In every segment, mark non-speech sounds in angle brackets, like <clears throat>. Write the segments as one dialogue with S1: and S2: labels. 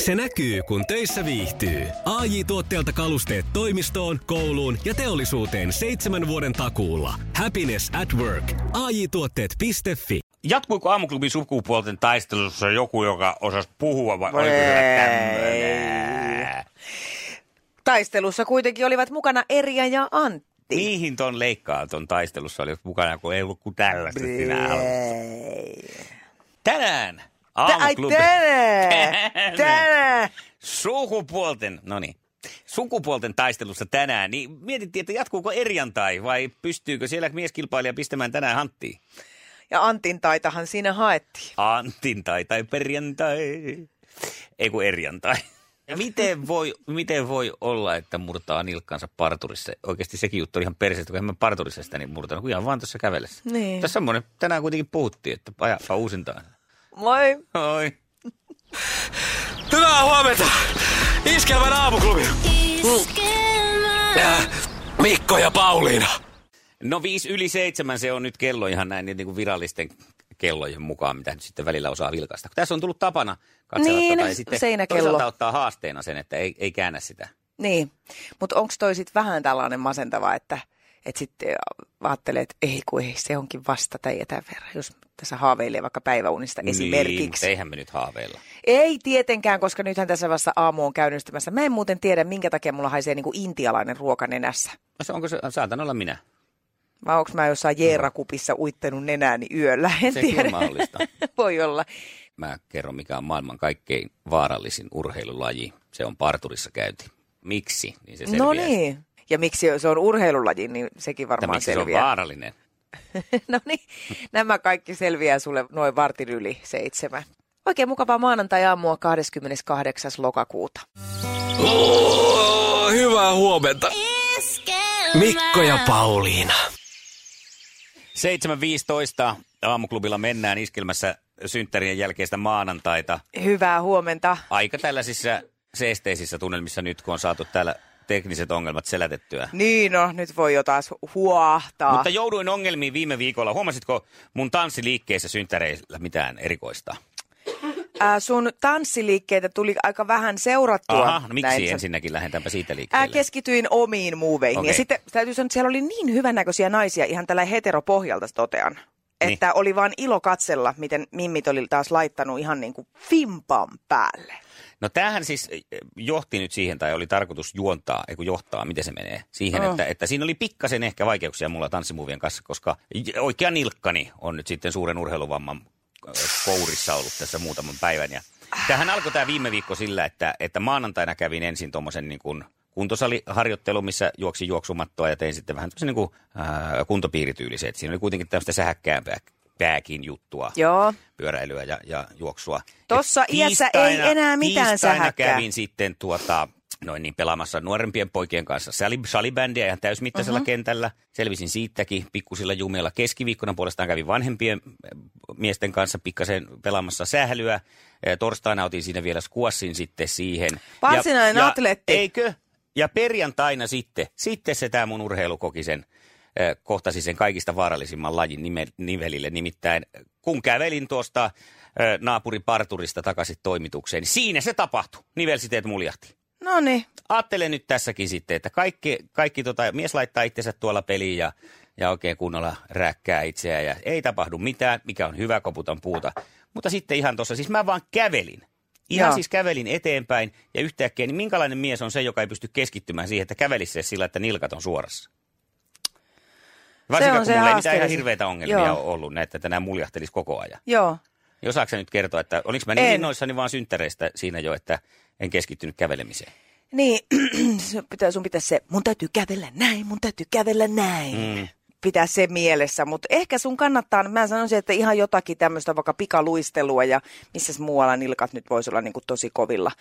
S1: Se näkyy, kun töissä viihtyy. ai tuotteelta kalusteet toimistoon, kouluun ja teollisuuteen seitsemän vuoden takuulla. Happiness at work. ai tuotteetfi
S2: Jatkuiko aamuklubin sukupuolten taistelussa joku, joka osasi puhua vai oliko
S3: Ei.
S2: se tämmöinen?
S3: Taistelussa kuitenkin olivat mukana Erja ja Antti.
S2: Mihin ton leikkaa ton taistelussa oli mukana, kun ei ollut kuin tällaista sinä Tänään
S3: Tä- Ai
S2: aamuklubi
S3: tänään! Tänään!
S2: sukupuolten, no niin, sukupuolten taistelussa tänään, niin mietittiin, että jatkuuko erjantai vai pystyykö siellä mieskilpailija pistämään tänään hanttiin?
S3: Ja Antin taitahan siinä haettiin.
S2: Antin tai tai perjantai. Ei kun erjantai. Miten voi, miten voi olla, että murtaa nilkkansa parturissa? Oikeasti sekin juttu oli ihan perseestä, kun en mä parturissa sitä niin murtanut, kun ihan vaan tuossa kävellessä.
S3: Niin.
S2: Tässä semmoinen, tänään kuitenkin puhuttiin, että ajapa uusintaan.
S3: Moi!
S2: Oi.
S1: Hyvää huomenta! Iskelmän aamuklubi! Äh, Mikko ja Pauliina.
S2: No viisi yli seitsemän se on nyt kello ihan näin niin kuin virallisten kellojen mukaan, mitä nyt sitten välillä osaa vilkaista. Kun tässä on tullut tapana katsella
S3: Niin,
S2: tota, ja sitten
S3: seinäkello.
S2: toisaalta ottaa haasteena sen, että ei, ei käännä sitä.
S3: Niin, mutta onko toi sit vähän tällainen masentava, että et sitten ajattelee, että ei kun ei, se onkin vasta tai ja tämän verran, jos tässä haaveilee vaikka päiväunista
S2: Niin, mutta
S3: esimerkiksi.
S2: eihän me nyt haaveilla.
S3: Ei tietenkään, koska nythän tässä vasta aamu on käynnistymässä. Mä en muuten tiedä, minkä takia mulla haisee niinku intialainen ruoka nenässä.
S2: No se onko se, saatan olla minä.
S3: Vai onko mä jossain jeerakupissa uittanut nenääni yöllä? En
S2: Sekin on
S3: tiedä.
S2: mahdollista.
S3: <laughs> Voi olla.
S2: Mä kerron, mikä on maailman kaikkein vaarallisin urheilulaji. Se on parturissa käynti. Miksi? Niin se selviää.
S3: No niin. Ja miksi se on urheilulaji, niin sekin
S2: Että
S3: varmaan
S2: miksi se on
S3: selviää.
S2: vaarallinen?
S3: <laughs> No niin, nämä kaikki selviää sulle noin vartin yli seitsemän. Oikein mukavaa maanantai-aamua 28. lokakuuta.
S1: Oh, hyvää huomenta! Mikko ja Pauliina.
S2: 7.15 aamuklubilla mennään iskelmässä synttärien jälkeistä maanantaita.
S3: Hyvää huomenta.
S2: Aika tällaisissa seesteisissä tunnelmissa nyt, kun on saatu täällä tekniset ongelmat selätettyä.
S3: Niin no, nyt voi jo taas huohtaa.
S2: Mutta jouduin ongelmiin viime viikolla. Huomasitko mun tanssiliikkeessä synttäreillä mitään erikoista?
S3: Ää, sun tanssiliikkeitä tuli aika vähän seurattua.
S2: Aha, no miksi
S3: näin sä-
S2: ensinnäkin lähdetäänpä siitä
S3: Ää,
S2: liikkeelle?
S3: keskityin omiin muuveihin. Ja
S2: Okei.
S3: sitten täytyy sanoa, että siellä oli niin hyvännäköisiä naisia, ihan tällä heteropohjalta totean. Että oli vaan ilo katsella, miten mimmit oli taas laittanut ihan niin kuin fimpan päälle.
S2: No tämähän siis eh, johti nyt siihen, tai oli tarkoitus juontaa, ei kun johtaa, miten se menee, siihen,
S3: Oh.
S2: oh. että, että siinä oli pikkasen ehkä vaikeuksia mulla tanssimuuvien kanssa, koska j- oikea nilkkani on nyt sitten suuren urheiluvamman eh, kourissa ollut tässä muutaman päivän. Ja tähän alkoi tämä viime viikko sillä, että, että maanantaina kävin ensin tuommoisen niin kuin kuntosaliharjoittelu, missä juoksin juoksumattoa ja tein sitten vähän tämmöisen niin kuin, äh, kuntopiirityylisen. Et siinä oli kuitenkin tämmöistä sähäkkäämpää pääkin juttua
S3: Joo.
S2: pyöräilyä ja, ja juoksua.
S3: Tossa
S2: Ja
S3: iässä ei
S2: tiistaina-
S3: enää mitään
S2: tiistaina
S3: sähäkkää.
S2: kävin sitten tuota, noin niin, pelaamassa nuorempien poikien kanssa sali- salibändiä ihan täysmittaisella
S3: Mhm.
S2: uh-huh. kentällä. Selvisin siitäkin pikkusilla jumilla. Keskiviikkona puolestaan kävin vanhempien äh, miesten kanssa pikkasen pelaamassa sählyä. Eh, Torstaina otin siinä vielä skuassin sitten siihen.
S3: Varsinainen
S2: ja,
S3: atleetti.
S2: Ja, eikö? Ja perjantaina sitten, sitten se tämä mun urheilukokisen eh, kohtasi sen kaikista vaarallisimman lajin nime, nivelille. Nimittäin eh, kun kävelin tuosta eh, naapuriparturista takaisin toimitukseen, niin siinä se tapahtui. Nivelsiteet muljahti.
S3: No niin.
S2: Ajattelen nyt tässäkin sitten, että kaikki, kaikki tota, mies laittaa itsensä tuolla peliin ja, ja oikein kunnolla räkkää itseään ja ei tapahdu mitään, mikä on hyvä, koputan puuta. Mutta sitten ihan tuossa, siis mä vaan kävelin. Ihan
S3: Joo.
S2: Joo. siis kävelin eteenpäin ja yhtäkkiä, niin minkälainen mies on se, joka ei pysty keskittymään siihen, että kävelisi se sillä, että nilkat on suorassa? Varsinkaan,
S3: on se
S2: kun mulla ei mitään ihan
S3: haasteellisin.
S2: hirveitä ongelmia
S3: Joo.
S2: Joo. ollut näitä, että nämä muljahtelisi koko ajan.
S3: Joo.
S2: Ja Osaatko sä nyt kertoa, että oliko mä niin
S3: En.
S2: innoissani vaan synttäreistä siinä jo, että en keskittynyt kävelemiseen?
S3: Niin, <clears throat> se pitää, sun pitää se, mun täytyy kävellä näin, mun täytyy kävellä näin. Mm. Pitää se mielessä, mutta ehkä sun kannattaa, mä sanoisin, että ihan jotakin tämmöistä vaikka pikaluistelua ja missä muualla nilkat nyt voisi olla niin kuin tosi kovilla.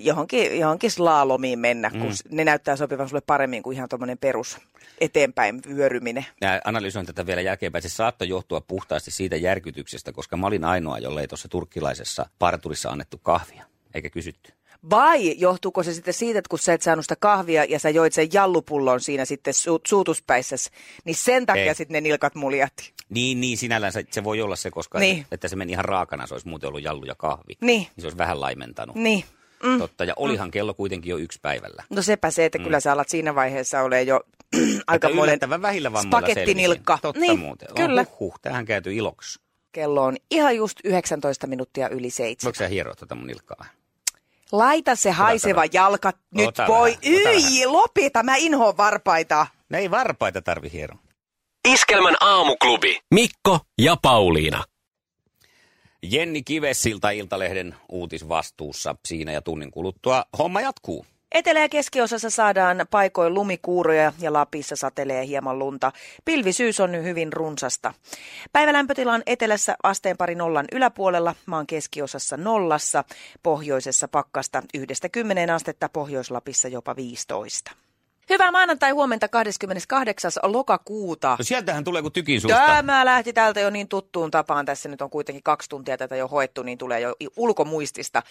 S3: Johonkin, johonkin slaalomiin mennä, mm. kun s- ne näyttää sopivan sulle paremmin kuin ihan tuommoinen perus eteenpäin vyöryminen.
S2: Mä analysoin tätä vielä jälkeenpäin. Se saattoi johtua puhtaasti siitä järkytyksestä, koska mä olin ainoa, jolle ei tuossa turkkilaisessa parturissa annettu kahvia, eikä kysytty.
S3: Vai johtuuko se sitten siitä, että kun sä et saanut sitä kahvia ja sä joit sen jallupullon siinä sitten su- suutuspäissäsi, niin sen takia
S2: Ei.
S3: sitten ne nilkat muljahti.
S2: Niin, niin sinällään se, se voi olla se, koska
S3: Niin.
S2: niin. että se meni ihan raakana, se olisi muuten ollut jallu ja kahvi.
S3: Niin.
S2: niin se olisi vähän laimentanut.
S3: Niin.
S2: Mm. Totta, ja olihan kello kuitenkin jo yksi päivällä.
S3: No sepä se, että kyllä sä alat siinä vaiheessa ole jo
S2: Aika
S3: aika monen
S2: Mm. yllättävän vähillä vammoilla
S3: pakettinilkka.
S2: selvisin. Totta
S3: niin,
S2: muuten.
S3: Kyllä.
S2: Oh, huh, tähän käyty iloksi.
S3: Kello on ihan just 19 minuuttia yli seitsemän.
S2: Voiko sä hieroa tuota mun nilkkaa vähän?
S3: Laita se haiseva
S2: vähän.
S3: jalka nyt
S2: Ota
S3: voi.
S2: vähän, ota
S3: Yi, lopita, mä inhoon varpaita.
S2: No ei varpaita tarvi hieroa.
S4: Iskelmän aamuklubi.
S1: Mikko ja Pauliina.
S2: Jenni Kivesilta Iltalehden uutisvastuussa siinä ja tunnin kuluttua. Homma jatkuu.
S3: Etelä- ja keskiosassa saadaan paikoin lumikuuroja ja Lapissa satelee hieman lunta. Pilvisyys on hyvin runsasta. Päivälämpötila on etelässä asteen pari nollan yläpuolella, maan keskiosassa nollassa, pohjoisessa pakkasta yhdestä kymmeneen astetta, Pohjois-Lapissa jopa 15. Hyvää maanantai-huomenta 28. lokakuuta.
S2: No sieltähän tulee kuin tykin suusta.
S3: Tämä lähti täältä jo niin tuttuun tapaan. Tässä nyt on kuitenkin kaksi tuntia tätä jo hoettu, niin tulee jo i- ulkomuistista.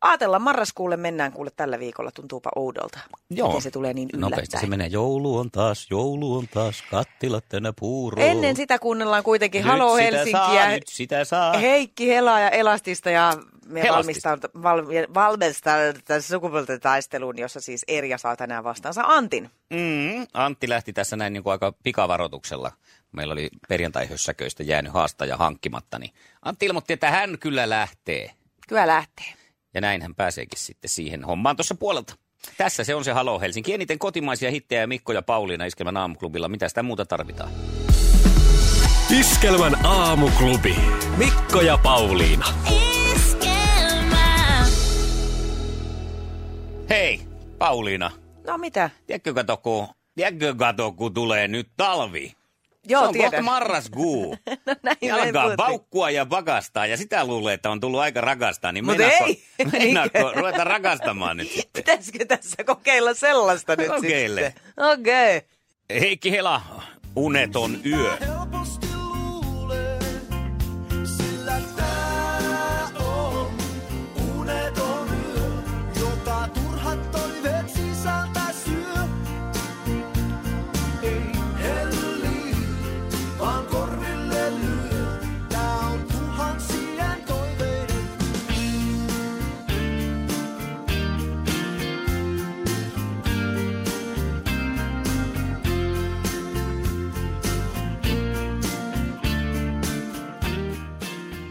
S3: Aatella marraskuulle mennään kuule tällä viikolla. Tuntuupa oudolta. Miten se tulee niin
S2: Nopeasti se
S3: yllättäen.
S2: menee. Joulu on taas, joulu on taas, kattilat tänä puuroo.
S3: Ennen sitä kuunnellaan kuitenkin
S2: Nyt
S3: Halo
S2: sitä
S3: Helsinkiä,
S2: Saa, nyt sitä saa.
S3: Heikki Helaa ja Elastista ja me
S2: Helastista.
S3: valmistautu- val- valmistaudutaan sukupuolten taisteluun, jossa siis Erja saa tänään vastaansa Antin.
S2: Mm, Antti lähti tässä näin niin kuin aika pikavaroituksella. Meillä oli perjantai-hössäköistä jäänyt haastaja hankkimatta, niin Antti ilmoitti, että hän kyllä lähtee.
S3: Kyllä lähtee.
S2: Ja näin hän pääseekin sitten siihen hommaan tuossa puolelta. Tässä se on se Halo Helsinki. Eniten kotimaisia hittejä ja Mikko ja Pauliina Iskelmän aamuklubilla. Mitä sitä muuta tarvitaan?
S1: Iskelmän aamuklubi. Mikko ja Pauliina.
S5: Esquema,
S2: Hei, Pauliina.
S3: No mitä?
S2: Tiedätkö kato, kun, tiedätkö kato, kun tulee nyt talvi?
S3: Joo,
S2: se on
S3: tiedän.
S2: kohta marraskuu.
S3: No <laughs> näin
S2: Niin
S3: me
S2: alkaa
S3: puhuttiin.
S2: paukkua ja pakastaa ja sitä luulee, että on tullut aika rakastaa. Niin
S3: Mut
S2: meinaako, <laughs>
S3: ei.
S2: meinaako ruveta rakastamaan nyt sitten?
S3: <laughs> Pitäisikö tässä kokeilla sellaista nyt
S2: Kokeile.
S3: sitten? Okei. Okay.
S2: Heikki Hela, uneton yö.
S6: helposti luulee, sillä tää on uneton yö, jota turhat toiveet sisältä syö. Ei helli, vaan korville lyö, tää on tuhansien toiveiden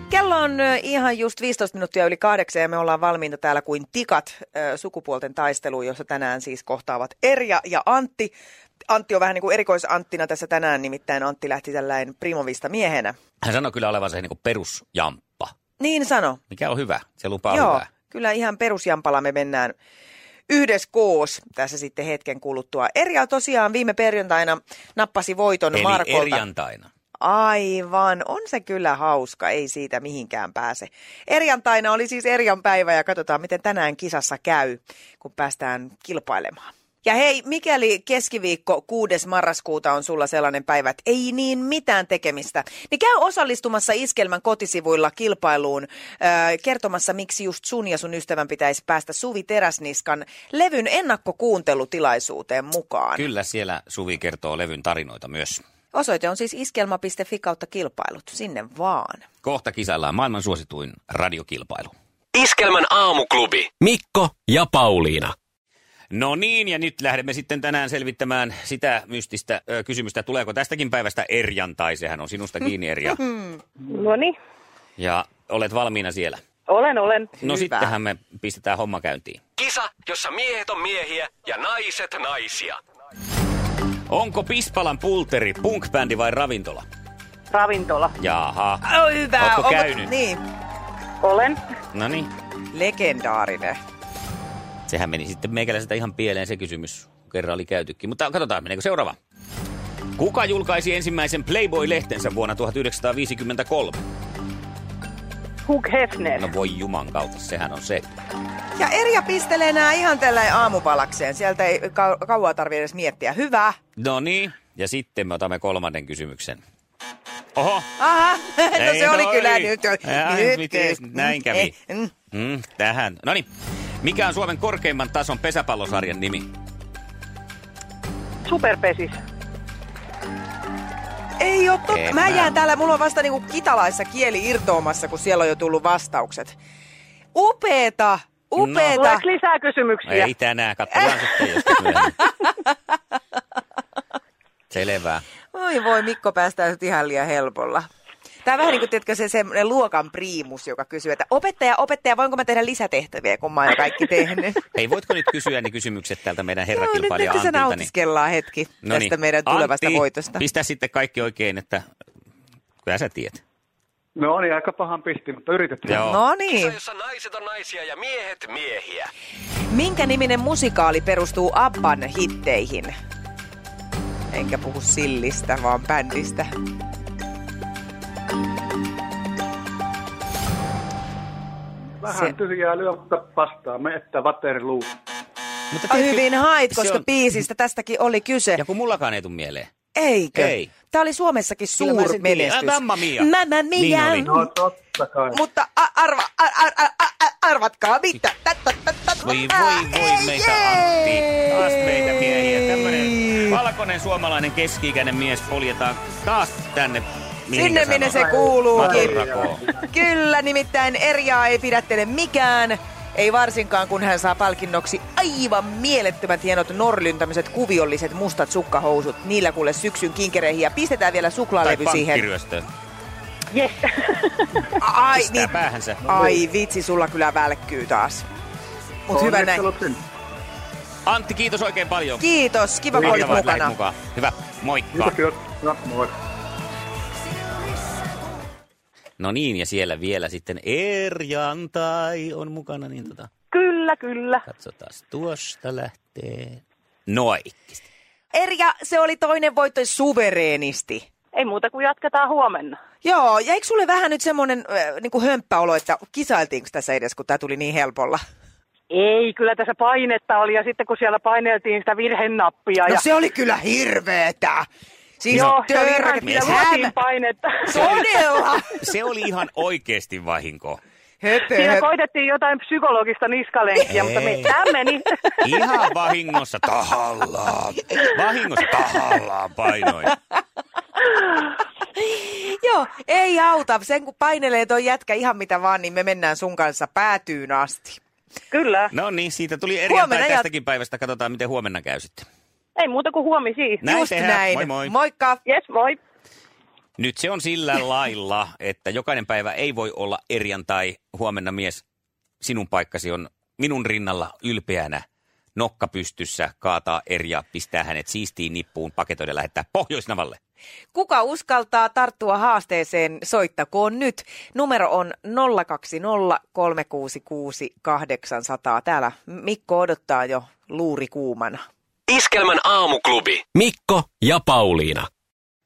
S3: Kello on ö, ihan just 15 minuuttia yli kahdeksan ja me ollaan valmiita täällä kuin tikat ö, sukupuolten taisteluun, jossa tänään siis kohtaavat Erja ja Antti. Antti on vähän niin kuin erikoisanttina tässä tänään, nimittäin Antti lähti tällainen primovista miehenä.
S2: Hän sanoi kyllä olevansa niin perusjamppa,
S3: Niin sano.
S2: mikä on hyvä. Se lupaa
S3: Joo,
S2: hyvää.
S3: kyllä ihan perusjampala me mennään yhdessä koos tässä sitten hetken kuluttua. Erja tosiaan viime perjantaina nappasi voiton
S2: Eli
S3: Markolta.
S2: erjantaina.
S3: Aivan, on se kyllä hauska, ei siitä mihinkään pääse. Erjantaina oli siis Erjan päivä ja katsotaan, miten tänään kisassa käy, kun päästään kilpailemaan. Ja hei, mikäli keskiviikko 6. marraskuuta on sulla sellainen päivä, että ei niin mitään tekemistä, niin käy osallistumassa Iskelmän kotisivuilla kilpailuun ö, kertomassa, miksi just sun ja sun ystävän pitäisi päästä Suvi Teräsniskan levyn ennakkokuuntelutilaisuuteen mukaan.
S2: Kyllä siellä Suvi kertoo levyn tarinoita myös.
S3: Osoite on siis iskelma.fi kautta kilpailut, sinne vaan.
S2: Kohta kisaillaan maailman suosituin radiokilpailu.
S4: Iskelmän aamuklubi.
S1: Mikko ja Pauliina.
S2: No niin, ja nyt lähdemme sitten tänään selvittämään sitä mystistä ö, kysymystä, tuleeko tästäkin päivästä erjantai. Sehän on sinusta kiinni, Erja.
S7: <laughs> No niin,
S2: Ja olet valmiina siellä.
S7: olen, olen.
S2: No
S3: Hyvä.
S2: sittenhän me pistetään homma käyntiin.
S4: Kisa, jossa miehet on miehiä ja naiset naisia.
S2: Onko Pispalan pulteri punk vai ravintola?
S7: Ravintola.
S2: Jaha.
S3: Oh, hyvä.
S2: Ootko käynyt?
S3: Niin,
S7: Olen.
S2: No niin,
S3: legendaarinen.
S2: sehän meni sitten meikäläiseltä ihan pieleen se kysymys. Kerran oli käytykin, mutta katsotaan meneekö seuraava. Kuka julkaisi ensimmäisen Playboy-lehtensä vuonna 1953?
S7: Hugh Hefner.
S2: No voi juman kautta, sehän on se.
S3: Ja Erja pistelee nämä ihan tällä aamupalakseen. Sieltä ei kau- kauaa tarvitse edes miettiä. Hyvä.
S2: No niin, ja sitten me otamme kolmannen kysymyksen. Oho,
S3: Aha, <laughs> no
S2: Ei,
S3: se oli
S2: no
S3: kyllä
S2: niin.
S3: nyt. jo-
S2: Ai,
S3: nyt
S2: miten
S3: just-
S2: näin kävi.
S3: ei, mm.
S2: mm, tähän. No niin, mikä on Suomen korkeimman tason pesäpallosarjan nimi?
S7: Superpesis.
S3: Ei ole totta.
S2: En
S3: Mä
S2: mä.
S3: jään täällä, mulla on vasta niinku kitalaissa kieli irtoamassa, kun siellä on jo tullut vastaukset. Upeeta,
S2: No.
S3: Upeeta.
S7: Tuleeko lisää kysymyksiä?
S2: Ei tänään, katsotaan sitten joskus
S7: <laughs>
S2: myöhemmin. Selvä.
S3: Oi voi, Mikko päästään nyt ihan liian helpolla. Tämä on vähän niin kuin tiedätkö, se semmoinen luokan priimus, joka kysyy, että opettaja, opettaja, voinko mä tehdä lisätehtäviä, kun mä oon jo kaikki
S2: <laughs>
S3: tehnyt.
S2: Hei, voitko nyt kysyä ne kysymykset täältä meidän
S3: Joo, nyt, nyt
S2: herrakilpailija
S3: kun se
S2: Antilta? niin-
S3: nautiskellaan hetki
S2: Noniin.
S3: tästä meidän tulevasta
S2: Antti,
S3: voitosta.
S2: pistä sitten kaikki oikein, että kyllä sä tiedät.
S5: No niin, aika pahan pisti, mutta yritettiin.
S2: Joo.
S3: No
S4: Kisa,
S3: niin.
S4: jossa naiset on naisia ja miehet miehiä.
S3: Minkä niminen musikaali perustuu Abban hitteihin? Enkä puhu sillistä, vaan bändistä.
S5: Vähän
S3: Se-
S5: tyhjää lyö, mutta vastaa me, että Waterloo.
S2: Mutta
S3: Ah,
S2: tiedätkö-
S3: Hyvin hait,
S2: se
S3: koska
S2: on-
S3: biisistä tästäkin oli kyse.
S2: Ja kun mullakaan ei tule mieleen.
S3: Eikö?
S2: Ei.
S3: Tämä oli Suomessakin
S2: Kyllä mä sen tiedän.
S3: suurmenestys.
S2: Ä, Mamma Mia.
S3: Mamma
S2: Niin
S3: Mia.
S2: oli.
S5: No totta kai.
S3: Mutta a- arva, ar- ar- ar- ar- arvatkaa mitä. Tä- tä- tä- tä-
S2: Voi
S3: ää,
S2: voi voi
S3: ei,
S2: meitä Antti.
S3: ei.
S2: Taas meitä miehiä. Tämmönen valkoinen suomalainen keski-ikäinen mies poljetaan taas tänne. mihin
S3: Sinne,
S2: sanoo?
S3: minne se kuuluukin.
S2: Matonrakoon.
S3: Kyllä, nimittäin Erjaa ei pidättele mikään. Ei varsinkaan, kun hän saa palkinnoksi aivan mielettömät hienot norlyn tämmöiset kuviolliset mustat sukkahousut. Niillä kuule syksyn kinkereihin ja pistetään vielä
S2: Tai
S3: suklaalevy siihen.
S2: pankkiryöstö.
S7: Yes.
S3: Ai, niin.
S2: Pistää päähänsä.
S3: Ai vitsi, sulla kyllä välkkyy taas. Mut hyvä näin.
S5: Onnittelut sinne.
S2: Antti, kiitos oikein paljon.
S3: Kiitos, kiva kun olit
S2: Mahtavaa, että lähdit
S3: mukana.
S2: mukaan. Hyvä, moikka.
S5: Kiitoksia. No, moi.
S2: No niin, ja siellä vielä sitten Erjantai on mukana, niin tota,
S7: Kyllä, kyllä.
S2: katsotaan tuosta lähtee. Noikkista.
S3: Erja, se oli toinen voitto suvereenisti.
S7: Ei muuta kuin jatketaan huomenna.
S3: Joo, ja eikö sulle vähän nyt semmoinen äh, niin hömppäolo, että kisailtiinko tässä edes, kun tämä tuli niin helpolla?
S7: Ei, kyllä tässä painetta oli ja sitten kun siellä paineltiin sitä virhenappia
S3: No
S7: ja...
S3: se oli kyllä hirveetä. Siis
S7: Joo, se oli ihan,
S3: törkeä.
S7: siinä luotiin painetta.
S3: Todella.
S2: Se oli ihan oikeasti vahinko.
S3: Höpö,
S7: Siinä
S3: höpö.
S7: koitettiin jotain psykologista niskalenkkiä, mutta me,
S2: Ei.
S7: tämä meni.
S2: Ihan vahingossa tahallaan. Vahingossa tahallaan painoin.
S3: Joo, ei auta. Sen kun painelee toi jätkä ihan mitä vaan, niin me mennään sun kanssa päätyyn asti.
S7: Kyllä.
S2: No niin, siitä tuli
S3: Huomenna
S2: Erjantai
S3: jat-
S2: tästäkin päivästä. Katsotaan, miten huomenna käy sitten.
S7: Ei muuta kuin huomisiin.
S2: Näin
S3: Just
S2: tehdään.
S3: näin.
S2: Moi moi.
S3: Moikka.
S7: Yes, moi.
S2: Nyt se on sillä lailla, että jokainen päivä ei voi olla Erjantai. Huomenna mies, sinun paikkasi on minun rinnalla ylpeänä nokka pystyssä, kaataa Erja, pistää hänet siistiin nippuun, paketoida ja lähettää Pohjoisnavalle.
S3: Kuka uskaltaa tarttua haasteeseen, soittakoon nyt. Numero on 020 366 800. Täällä Mikko odottaa jo luuri kuumana.
S4: Iskelmän aamuklubi.
S1: Mikko ja Pauliina.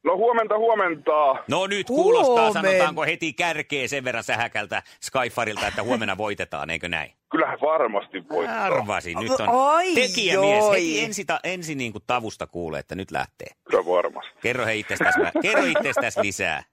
S8: No huomenta, huomenta.
S2: No nyt kuulostaa,
S3: Huomen-
S2: sanotaanko heti kärkeä sen verran sähäkältä Skyfarilta, että huomenna voitetaan, eikö näin?
S8: Kyllähän varmasti voittaa.
S2: Arvasin, nyt on
S3: Oi,
S2: tekijämies. Heti
S3: joi.
S2: ensi, ta, ensi niin kuin tavusta kuulee, että nyt lähtee.
S8: Kyllä varmasti. <laughs>
S2: Kerro he itsestäsi, mä- kerro itsestäsi lisää.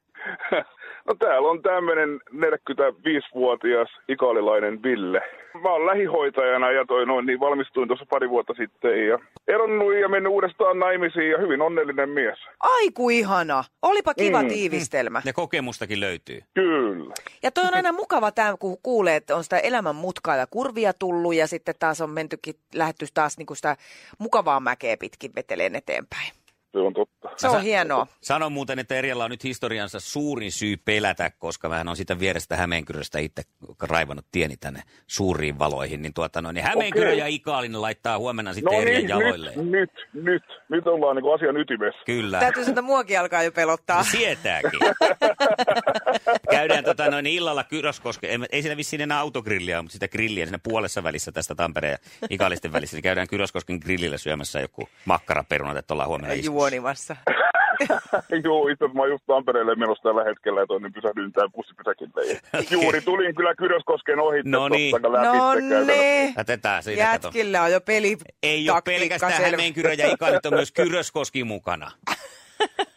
S8: No täällä on tämmöinen 45-vuotias ikalilainen Ville. Mä oon lähihoitajana ja toi noin, niin valmistuin tuossa pari vuotta sitten ja eronnut ja mennyt uudestaan naimisiin ja hyvin onnellinen mies.
S3: Ai ku ihana. Olipa kiva mm.
S8: Mm.
S3: tiivistelmä.
S2: Ja kokemustakin löytyy.
S8: Kyllä.
S3: Ja toi on aina mukava tämä, kun kuulee, että on sitä elämän mutkaa ja kurvia tullut ja sitten taas on mentykin, lähetty taas niinku sitä mukavaa mäkeä pitkin veteleen eteenpäin.
S8: Se on totta.
S3: Se on hienoa.
S2: Sanon muuten, että Erjalla on nyt historiansa suurin syy pelätä, koska mä on sitä vierestä Hämeenkyröstä itse raivannut tieni tänne suuriin valoihin. Niin tuota noin, niin Hämeenkyrö
S8: Okei.
S2: ja Ikaalinen laittaa huomenna
S8: No
S2: sitten no Erjan
S8: niin,
S2: jaloilleen.
S8: nyt, nyt, nyt, nyt ollaan niin asian ytimessä.
S2: Kyllä.
S3: Täytyy sanoa, että muakin alkaa jo pelottaa.
S2: Sietääkin. Käydään tota noin illalla Kyröskoske. Ei, ei siellä vissiin enää autogrilliä, mutta sitä grilliä siinä puolessa välissä tästä Tampereen ja Ikalisten välissä. Niin käydään Kyröskosken grillillä syömässä joku makkaraperunat, että ollaan huomenna iskussa.
S3: Juonimassa.
S8: <laughs> Joo, itse asiassa mä oon just Tampereelle menossa tällä hetkellä, että on niin pysähdyin tämän bussipysäkille.
S2: <laughs>
S8: Ja Juuri tulin kyllä Kyröskosken ohitte
S2: No niin.
S8: tosta läpi.
S3: No
S8: käytännössä.
S3: niin.
S2: Jätetään siinä, kato.
S3: Jätkillä on jo peli.
S2: Ei ole
S3: taktiikka
S2: pelkästään
S3: selvä.
S2: Hämeenkyrö ja Ika, nyt on myös Kyröskoski mukana.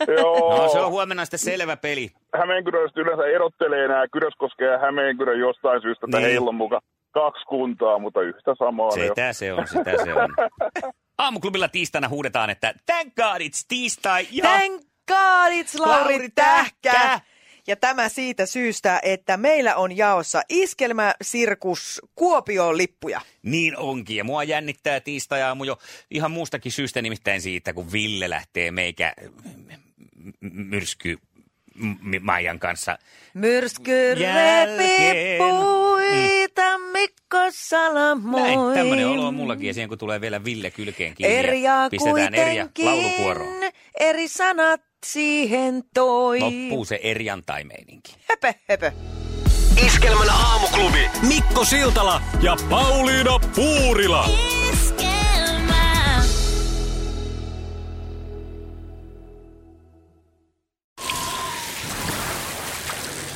S8: Joo.
S2: No se on huomenna sitten selvä peli.
S8: Hämeenkyröistä yleensä erottelee nämä Kyröskoskea ja Hämeenkyrö jostain syystä, että
S2: Niin.
S8: niin. heillä on muka kaksi kuntaa, mutta yhtä samaa. ne on.
S2: Sitä se on, sitä se on. Aamuklubilla tiistaina huudetaan, että thank god it's tiistai ja
S3: Thank God it's Lauri Tähkä. Ja tämä siitä syystä, että meillä on jaossa Iskelmä Sirkus Kuopioon lippuja.
S2: Niin onkin, ja mua jännittää tiistai-aamu jo ihan muustakin syystä, nimittäin siitä, kun Ville lähtee meikä m- m- myrsky m- Maijan kanssa.
S3: Myrsky
S2: Jälkeen.
S3: repi puita, Mikko Salamoi.
S2: Mm. Näin, tämmöinen olo on mullakin, ja siihen kun tulee vielä Ville kylkeen kiinni,
S3: Eriä
S2: ja pistetään eriä laulukuoroon. No
S3: kuitenkin, eri sanat siihen toi.
S2: Loppuu se erjantaimeininki.
S3: Höpö, höpö.
S4: Iskelmän aamuklubi.
S1: Mikko Siltala ja Pauliina Puurila.
S9: Esquema.